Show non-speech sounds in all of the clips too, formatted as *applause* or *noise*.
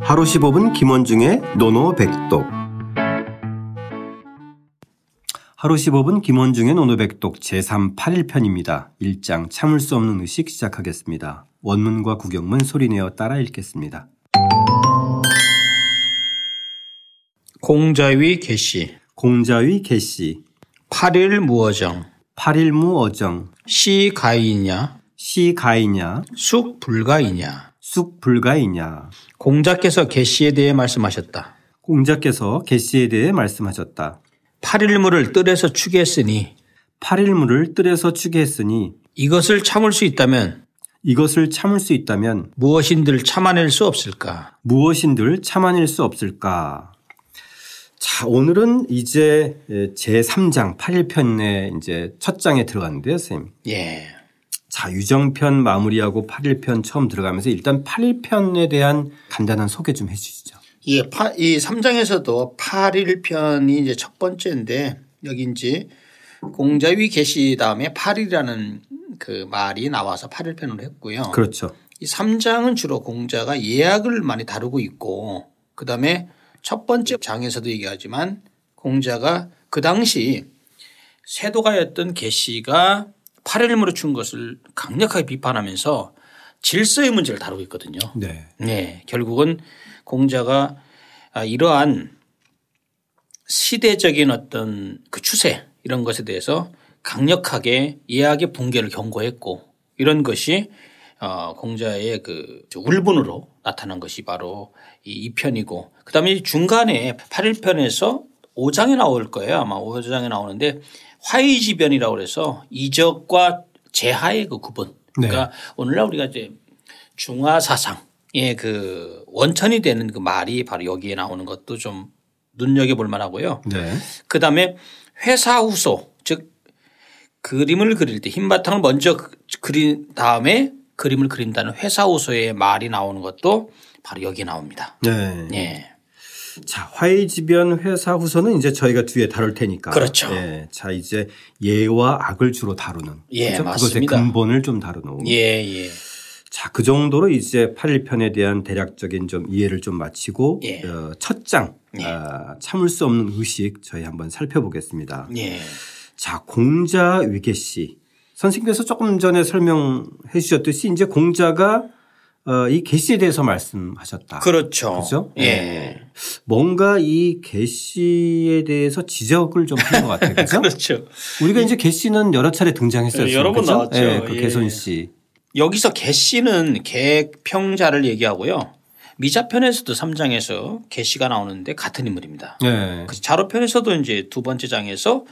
하루 15분 김원중의 노노백독 하루 15분 김원중의 노노백독 제38일편입니다. 1장 참을 수 없는 의식 시작하겠습니다. 원문과 구경문 소리내어 따라 읽겠습니다. 공자위 개시 공자위 개시 8일 무어정 8일무 어정 시 가이냐 시 가이냐 숙 불가이냐 쑥 불가이냐 공자께서 개시에 대해 말씀하셨다. 공자께서 개시에 대해 말씀하셨다. 8일 무를 뜰에서 추기했으니 8일무를 뜰에서 추계했으니 이것을 참을 수 있다면 이것을 참을 수 있다면 무엇인들 참아낼 수 없을까? 무엇인들 참아낼 수 없을까? 자, 오늘은 이제 제3장 8일편의 이제 첫 장에 들어갔는데요, 선생님. 예. 자, 유정편 마무리하고 8일편 처음 들어가면서 일단 8일편에 대한 간단한 소개 좀 해주시죠. 예, 파, 이 3장에서도 8일 편이 이제 첫 번째인데 여기 이제 공자위 개시 다음에 8일이라는 그 말이 나와서 8일 편으로 했고요. 그렇죠. 이 3장은 주로 공자가 예약을 많이 다루고 있고 그다음에 첫 번째 장에서도 얘기하지만 공자가 그 당시 세도가였던 계시가 8일무로 춘 것을 강력하게 비판하면서 질서의 문제를 다루고 있거든요. 네. 네, 결국은 공자가 아, 이러한 시대적인 어떤 그 추세 이런 것에 대해서 강력하게 예학의 붕괴를 경고했고 이런 것이 어, 공자의 그저 울분으로 나타난 것이 바로 이 2편이고 그다음에 이 중간에 8일편에서 5장에 나올 거예요. 아마 5장에 나오는데 화이지변이라고 그래서 이적과 재하의 그 구분. 그러니까 오늘날 우리가 이제 중화 사상의 그 원천이 되는 그 말이 바로 여기에 나오는 것도 좀 눈여겨 볼 만하고요. 네. 그다음에 회사 후소 즉 그림을 그릴 때 흰 바탕을 먼저 그- 그린 다음에 그림을 그린다는 회사 후소의 말이 나오는 것도 바로 여기에 나옵니다. 네. 예. 자, 화이지변 회사 후서는 이제 저희가 뒤에 다룰 테니까. 그렇죠. 예. 자, 이제 예와 악을 주로 다루는. 그렇죠? 예, 그것의 맞습니다. 근본을 좀 다루는. 예, 예. 자, 그 정도로 이제 8일편에 대한 대략적인 좀 이해를 좀 마치고 예. 어, 첫 장, 예. 아, 참을 수 없는 의식 저희 한번 살펴보겠습니다. 예. 자, 공자 위계 씨. 선생님께서 조금 전에 설명해 주셨듯이 이제 공자가 어, 이 개씨에 대해서 말씀하셨다. 그렇죠. 그죠? 예. 뭔가 이 개씨에 대해서 지적을 좀 한 것 같아요. *laughs* 그죠? 그렇죠. 우리가 이제 개씨는 여러 차례 등장했어요. 네, 여러 번 나왔죠. 예, 그 예. 개손 씨. 여기서 개씨는 개평자를 얘기하고요. 미자편에서도 3장에서 개씨가 나오는데 같은 인물입니다. 예. 그 자로편에서도 이제 두 번째 장에서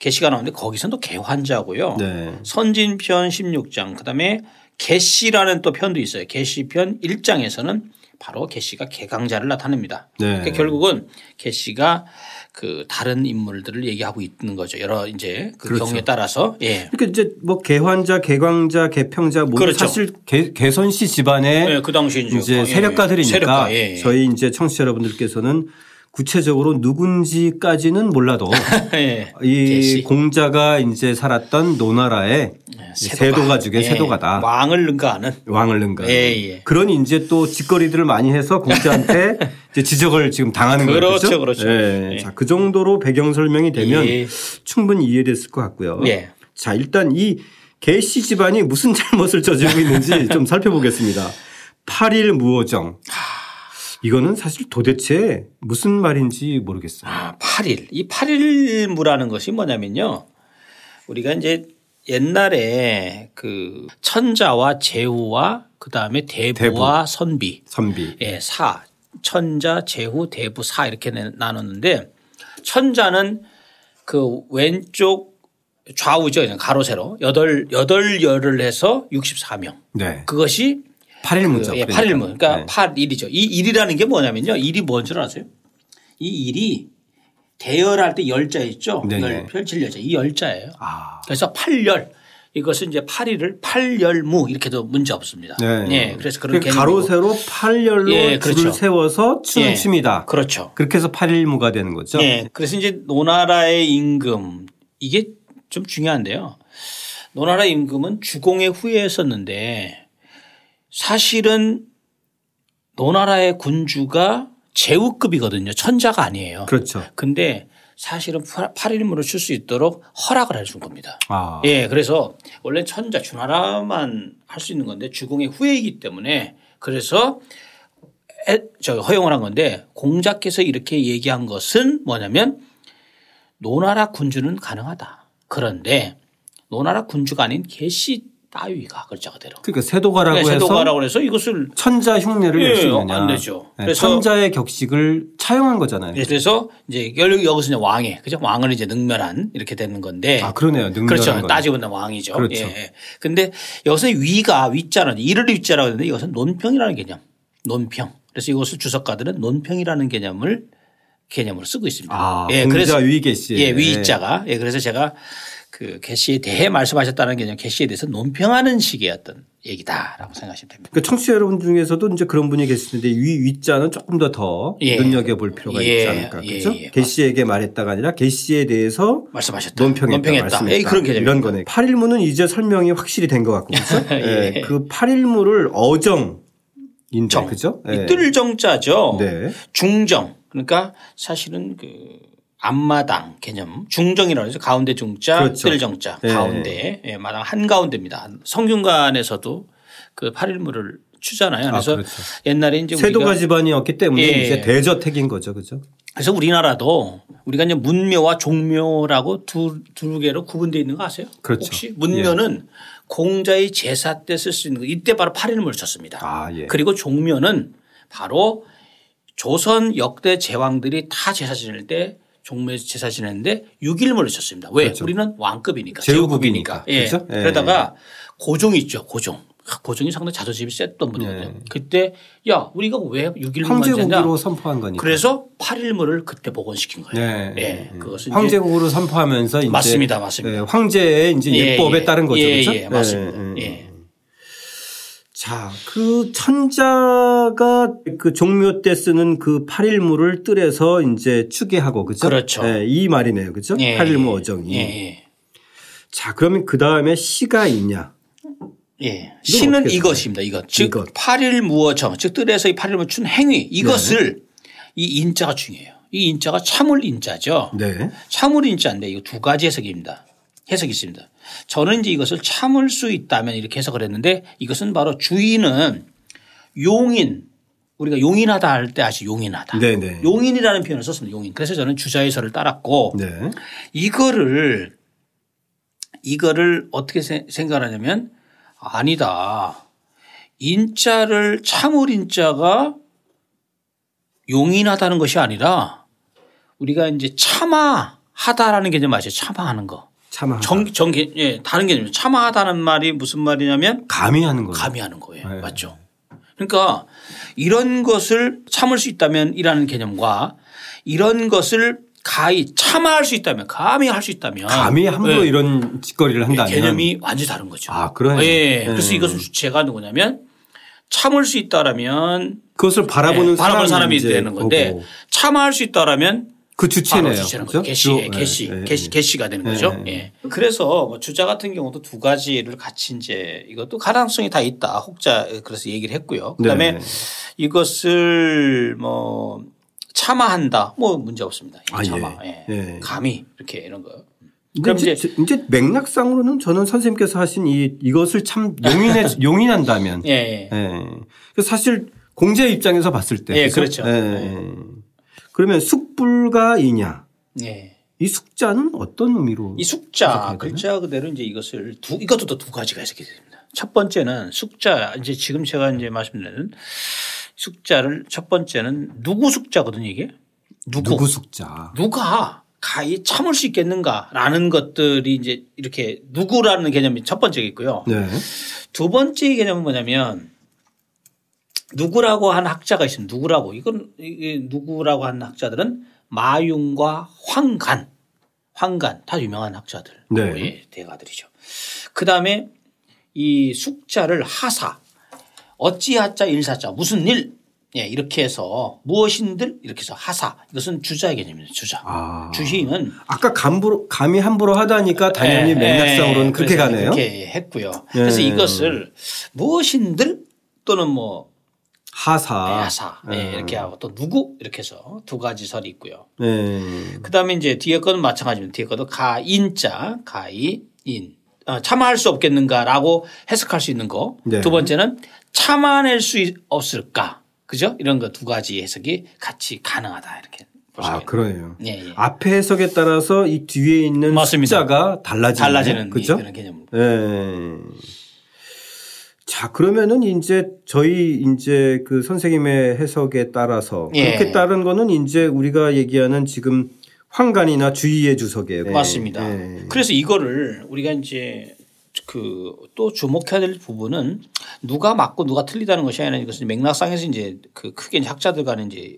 개씨가 나오는데 거기서는 또 개환자고요. 그 네. 선진편 16장 그다음에 개씨라는 또 편도 있어요. 개씨편 1장에서는 바로 개씨가 개강자를 나타냅니다. 네. 그러니까 결국은 개씨가 그 다른 인물들을 얘기하고 있는 거죠. 여러 이제 그 그렇죠. 경우에 따라서 예. 그러니까 이제 뭐 개환자, 개광자, 개평자 모두 그렇죠. 사실 개, 개선 씨 집안의 예, 그 당시 이제, 네. 이제 예, 세력가들이니까 세력가, 예, 예. 저희 이제 청취자 여러분들께서는 구체적으로 누군지까지는 *laughs* 몰라도 예. 이 개씨. 공자가 이제 살았던 노나라의 세도 가죽의 네, 예, 세도가다. 왕을 능가하는 왕을 능가. 예, 예. 그런 이제 또 짓거리들을 많이 해서 *laughs* 공자한테 이제 지적을 지금 당하는 그렇죠, 거죠. 그렇죠. 예. 예. 자, 그 정도로 배경 설명이 되면 예. 충분히 이해됐을 것 같고요. 예. 자, 일단 이 개씨 집안이 무슨 잘못을 저지르고 *laughs* 있는지 좀 살펴보겠습니다. 8일 무어정. 이거는 사실 도대체 무슨 말인지 모르겠어요. 아, 8일. 이 8일 무라는 것이 뭐냐면요. 우리가 이제 옛날에 그 천자와 제후와 그다음에 대부와 선비. 선비. 예, 사. 천자, 제후, 대부, 사 이렇게 내- 나눴는데 천자는 그 왼쪽 좌우죠. 그냥 가로 세로. 여덟 여덟 열을 해서 64명. 네. 그것이 8일 네. 무죠. 예, 8일문. 그러니까 8일이죠. 이 일이라는 게 뭐냐면요. 일이 뭔 줄 아세요? 이 일이 대열할 때 열자 있죠. 네네. 예. 열, 펼칠 열자. 이 열자예요. 아. 그래서 8열. 이것은 이제 8일을 8열무 이렇게도 문제 없습니다. 예, 그래서 그런 그러니까 가로 개념이고. 세로 8열로 예, 그렇죠. 줄을 세워서 추는 예. 춤이다. 그렇죠. 그렇게 해서 8일무가 되는 거죠. 예. 그래서 이제 노나라의 임금 이게 좀 중요한데요. 노나라 임금은 주공의 후예였었는데 사실은 노나라의 군주가 제후급이거든요. 천자가 아니에요. 그렇죠. 근데 사실은 8일무를 칠 수 있도록 허락을 해준 겁니다. 아. 예, 그래서 원래 천자 주나라만 할 수 있는 건데 주공의 후예이기 때문에 그래서 에, 저 허용을 한 건데 공자께서 이렇게 얘기한 것은 뭐냐면 노나라 군주는 가능하다. 그런데 노나라 군주가 아닌 개씨 따위가 글자가대로 그러니까 세도가라고 그러니까 해서 세도가라고 해서 이것을 천자 흉내를 예, 낼 수 있느냐. 안 되죠. 네, 그래서- 천자의 격식을 차용한 거잖아요. 예, 그래서 이제 결국 여기서 이제 왕의 그죠 왕을 이제 능멸한 이렇게 되는 건데 아 그러네요. 능멸한 그렇죠. 거. 따지고 보면 왕이죠. 그렇죠. 예, 예. 근데 여기서 위가 위자는 이를 위자라고 하는데 이것은 논평이라는 개념. 논평. 그래서 이것을 주석가들은 논평이라는 개념을 개념으로 쓰고 있습니다. 아, 공자 위계시. 예, 위자가. 예, 그래서 제가 그 개시에 대해 말씀하셨다는 개념, 개시에 대해서 논평하는 식의 어떤 얘기다라고 생각하시면 됩니다. 그러니까 청취자 여러분 중에서도 이제 그런 분이 계시는데 위 위자는 조금 더 더 예. 눈여겨볼 필요가 예. 있지 않을까. 그렇죠? 예, 예. 개씨에게 말했다가 아니라 개씨에 대해서 말씀하셨다. 논평했다. 예, 말씀했다. 그런 개념. 이런 거네. 8일무는 이제 설명이 확실히 된 것 같고 그렇죠? *laughs* 예. 예, 그 8일무를 어정인데 정. 그죠? 예. 이 뜰정자죠. 네. 중정 그러니까 사실은 그 앞마당 개념 중정이라고 해서 가운데 중자 그렇죠. 뜰정자 네. 가운데 예, 마당 한 가운데입니다. 성균관에서도 그 8일무를 추잖아요. 그래서 아, 그렇죠. 옛날에 이제 세도가 우리가 집안이었기 때문에 예. 이제 대저택인 거죠. 그죠? 그래서 우리나라도 우리가 이제 문묘와 종묘라고 두, 두 개로 구분되어 있는 거 아세요? 그렇죠. 예. 혹시 문묘는 공자의 제사 때 쓸 수 있는 거 이때 바로 8일무를 썼습니다. 아, 예. 그리고 종묘는 바로 조선 역대 제왕들이 다 제사 지낼 때 종묘 제사 지내는데 6일물을 썼습니다. 왜? 그렇죠. 우리는 왕급이니까. 제후국이니까. 예. 그렇죠? 예. 그러다가 고종 있죠. 고종. 고종이 상당히 자존심이 셌던 분이거든요. 그때 야 우리가 왜 6일물만 제냐 예. 황제국으로 선포한 거니까. 그래서 8일물을 그때 복원시킨 거예요. 네. 예, 그것은 이제 황제국으로 선포하면서 이제 맞습니다. 맞습니다. 예, 황제의 이제 예, 예법에 예. 따른 거죠. 예, 그렇죠? 예, 맞습니다. 예, 예. 예. 자, 그 천자가 그 종묘 때 쓰는 그 8일무를 뜰에서 이제 추계하고 그죠? 그렇죠. 예, 이 말이네요. 그죠? 예, 팔 8일무 어정이. 예, 예. 자, 그러면 그다음에 시가 있냐? 예. 이건 신은 어떻게 이것입니다. 이것. 즉 이것. 8일 무어정. 즉 뜰에서 이 8일무 춘 행위 네. 이것을 이 인자가 중요해요. 이 인자가 참을 인자죠. 네. 참을 인자인데 이거 두 가지 해석입니다. 해석이 있습니다. 저는 이제 이것을 참을 수 있다면 이렇게 해석을 했는데 이것은 바로 주인은 용인 우리가 용인하다 할 때 아시 용인하다. 네, 네. 용인이라는 표현을 썼습니다. 용인. 그래서 저는 주자의 설을 따랐고 네. 이거를 이거를 어떻게 세- 생각하냐면 아니다. 인자를 참을 인자가 용인하다는 것이 아니라 우리가 이제 참아하다라는 개념 아시죠? 참아하는 거. 참아. 정, 정, 예, 다른 개념이에요. 참아하다는 말이 무슨 말이냐면 감히 하는 거죠. 가미하는 거예요. 네. 맞죠? 그러니까 이런 것을 참을 수 있다면이라는 개념과 이런 것을 가히 참아할 수 있다면 감히 할 수 있다면 감히 함부로 예, 이런 짓거리를 한다면 개념이 완전히 다른 거죠. 아, 그러네요. 예. 예. 그래서 이것은 주체가 누구냐면 참을 수 있다라면 그것을 바라보는 예, 사람이 바라보는 사람이 이제 되는 건데 보고. 참아할 수 있다라면 그 바로 주체네요. 주체는 그죠? 거죠. 개시, 주- 개시, 예, 예, 개시, 개시가 되는 거죠. 예. 예. 그래서 뭐 주자 같은 경우도 두 가지를 같이 이제 이것도 가능성이 다 있다. 혹자 예, 그래서 얘기를 했고요. 그다음에 네. 이것을 뭐 참아한다. 뭐 문제 없습니다. 이 아, 예. 참아. 예. 예. 감히 이렇게 이런 거. 근데 그럼 이제, 이제 이제 맥락상으로는 저는 선생님께서 하신 이 이것을 참 *laughs* 용인해 용인한다면 예, 예. 예. 그 사실 공자 입장에서 봤을 때 예, 그죠? 그렇죠. 예, 예. 그러면 숙불가이냐 예. 이 숙자는 어떤 의미로 이 숙자 글자 그대로 이제 이것을 두 이것도 또 두 가지가 있게 됩니다. 첫 번째는 숙자 이제 지금 제가 이제 말씀드리는 숙자를 첫 번째는 누구 숙자거든요 이게 누구 누구 숙자 누가 가히 참을 수 있겠는가라는 것들이 이제 이렇게 누구라는 개념이 첫 번째겠고요. 네. 두 번째 개념은 뭐냐면 누구라고 한 학자가 있습니다. 누구라고 이건 이게 누구라고 한 학자들은 마융과 황간, 황간 다 유명한 학자들, 네. 예, 대가들이죠. 그 다음에 이 숙자를 하사, 어찌하자 일사자 무슨 일, 예 이렇게 해서 무엇인들 이렇게 해서 하사 이것은 주자의 개념입니다. 주자, 아. 주인은 아까 감부로 감히 함부로 하다니까 당연히 예, 맥락상으로는 예, 그렇게 그래서 가네요. 그렇게 했고요. 그래서 예. 이것을 무엇인들 또는 뭐 하사. 야사 예. 네, 이렇게 하고 또 누구 이렇게 해서 두 가지 설이 있고요. 네. 그다음에 이제 뒤에 거는 마찬가지입니다. 뒤에 거도 가인자 가이인 어, 참아할 수 없겠는가라고 해석할 수 있는 거. 네. 두 번째는 참아낼 수 있- 없을까. 그죠? 이런 거 두 가지 해석이 같이 가능하다 이렇게 볼수 아, 있 그러네요. 예, 예. 앞에 해석에 따라서 이 뒤에 있는 맞습니다. 숫자가 달라지는 달라지는 그죠? 그런 개념입니다. 예. 자, 그러면은 이제 저희 이제 그 선생님의 해석에 따라서 예. 그렇게 따른 거는 이제 우리가 얘기하는 지금 황간이나 주의의 주석이에요. 맞습니다. 예. 그래서 이거를 우리가 이제 그 또 주목해야 될 부분은 누가 맞고 누가 틀리다는 것이 아니라 이것은 맥락상에서 이제 그 크게 이제 학자들 간에 이제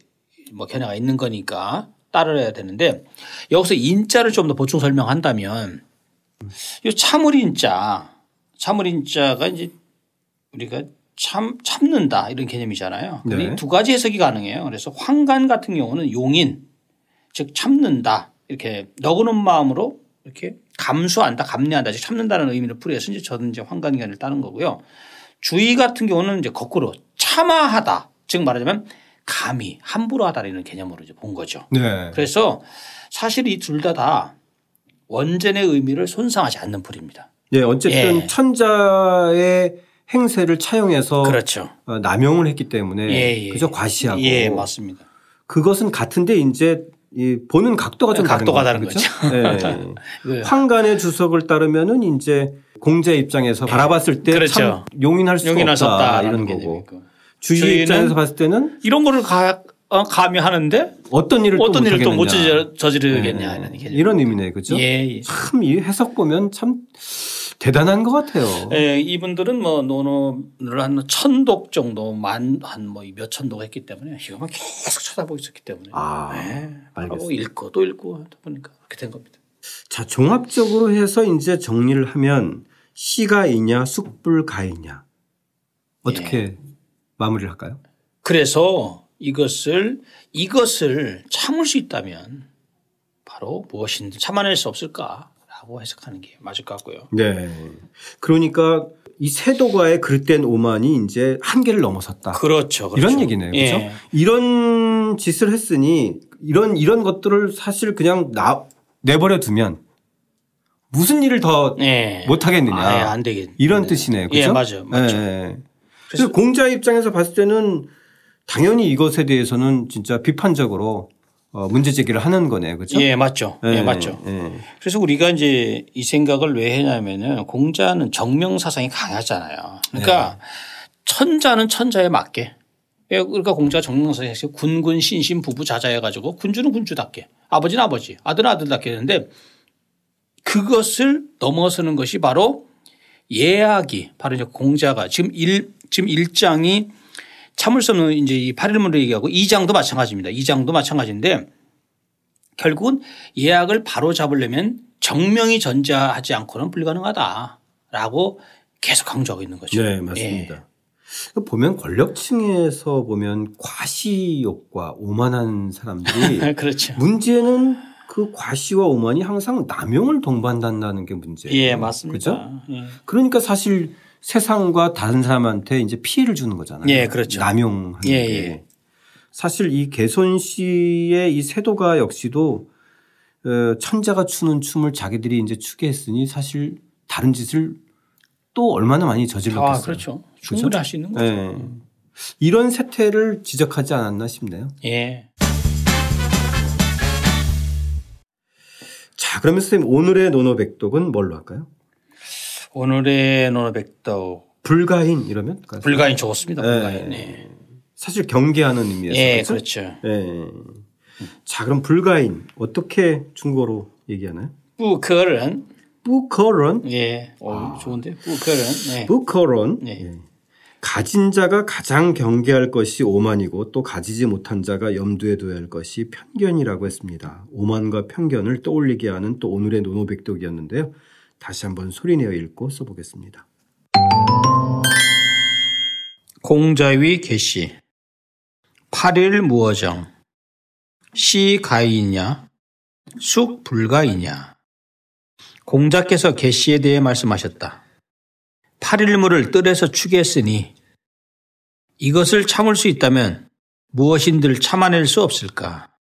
뭐 견해가 있는 거니까 따르야 되는데 여기서 인자를 좀 더 보충 설명한다면 이 참을인자 참을인자가 이제 우리가 참 참는다 이런 개념이잖아요. 근데 네. 이두 가지 해석이 가능해요. 그래서 황간 같은 경우는 용인 즉 참는다 이렇게 너그는 마음으로 이렇게 감수한다 감내한다 즉 참는다는 의미를 풀이해서 이제 저는 이제 황간견을 따는 거고요. 주의 같은 경우는 이제 거꾸로 참아하다 즉 말하자면 감히 함부로 하다라는 개념으로 이제 본 거죠. 네. 그래서 사실 이 둘 다 다 원전의 의미를 손상하지 않는 풀입니다. 예, 어쨌든 예. 천자의 행세를 차용해서 그렇죠. 어, 남용을 했기 때문에 예, 예. 그저 과시하고 예 맞습니다. 그것은 같은데 이제 이 보는 각도가 좀 각도가 다른, 다른 거죠. 그 예. 황간의 주석을 따르면은 이제 공자 입장에서 바라봤을 때 그렇죠. 참 용인할 수 용인할 수 없다 없다라는 이런 거고 개념이고 주의 주의는- 입장에서 봤을 때는 이런 거를 가, 어, 감히 하는데 어떤 일을 어떤 일을 또 못 못하겠느냐. 저지르겠냐 예. 이런 개념. 이런 의미네 그죠? 예, 예. 참 이 해석 보면 참 대단한 것 같아요. 예, 이분들은 뭐 논어를 한 천독 정도 만한뭐몇 천독 했기 때문에 이거만 계속 쳐다보고 있었기 때문에 아, 예, 알겠습니다. 하고 읽고 또 읽고 하다 보니까 그렇게 된 겁니다. 자, 종합적으로 해서 이제 정리를 하면 시가이냐 숯불가이냐 어떻게 예. 마무리를 할까요? 그래서 이것을 이것을 참을 수 있다면 바로 무엇인지 참아낼 수 없을까라고 해석하는 게 맞을 것 같고요. 네. 그러니까 이 세도가의 그릇된 오만이 이제 한계를 넘어섰다. 그렇죠, 그렇죠. 이런 얘기네요. 그렇죠? 예. 이런 짓을 했으니 이런 이런 것들을 사실 그냥 나 내버려 두면 무슨 일을 더 못 예. 하겠느냐. 아예 안 되겠. 이런 뜻이네요. 그렇죠? 예, 맞아요. 맞죠. 예. 그래서 공자 입장에서 봤을 때는 당연히 이것에 대해서는 진짜 비판적으로 어, 문제 제기를 하는 거네요. 그렇죠? 예, 맞죠. 예, 맞죠. 예. 그래서 우리가 이제 이 생각을 왜 했냐면은 공자는 정명 사상이 강하잖아요. 네. 그러니까 천자는 천자에 맞게. 예, 그러니까 공자 정명 사상이 군군 신신 부부 자자해 가지고 군주는 군주답게 아버지는 아버지 아들은 아들답게 했는데 그것을 넘어서는 것이 바로 예약이 바로 이제 공자가 지금 일 지금 일장이 참을 수 없는 이제 이 파리문을 얘기하고 이장도 마찬가지입니다. 이장도 마찬가지인데 결국은 예약을 바로 잡으려면 정명이 전자하지 않고는 불가능하다라고 계속 강조하고 있는 거죠. 예. 네, 맞습니다. 그 보면 권력층에서 보면 과시욕과 오만한 사람들이 *laughs* 예. 그렇죠. 문제는 그 과시와 오만이 항상 남용을 동반한다는 게 문제예요. 예, 맞습니다. 네. 그죠? 예. 그러니까 사실 세상과 다른 사람한테 이제 피해를 주는 거잖아요. 예, 그렇죠. 남용하는 예, 게. 예. 사실 이 개손 씨의 이 세도가 역시도 어, 천자가 추는 춤을 자기들이 이제 추게 했으니 사실 다른 짓을 또 얼마나 많이 저질렀겠어요. 아, 그렇죠. 충분히 할 수 있는 거죠. 예. 이런 세태를 지적하지 않았나 싶네요. 예. 자, 그러면 선생님 오늘의 노노백독은 뭘로 할까요? 오늘의 노노백도 불가인 이러면 어떨까요? 불가인 좋습니다. 예. 불가인. 예, 사실 경계하는 의미에서 예 그렇죠? 그렇죠. 예. 자, 그럼 불가인 어떻게 중국어로 얘기하나요? 부컬은 부커런, 예, 오, 좋은데 부컬은 예. 부커런. 예. 아. 예. 가진 자가 가장 경계할 것이 오만이고 또 가지지 못한 자가 염두에 둬야 할 것이 편견이라고 했습니다. 오만과 편견을 떠올리게 하는 또 오늘의 노노백독이었는데요. 다시 한번 소리내어 읽고 써보겠습니다. 공자위 개시 8일 무어정 시 가이냐 숙 불가이냐 공자께서 개시에 대해 말씀하셨다. 8일무를 뜰에서 추겠으니 이것을 참을 수 있다면 무엇인들 참아낼 수 없을까?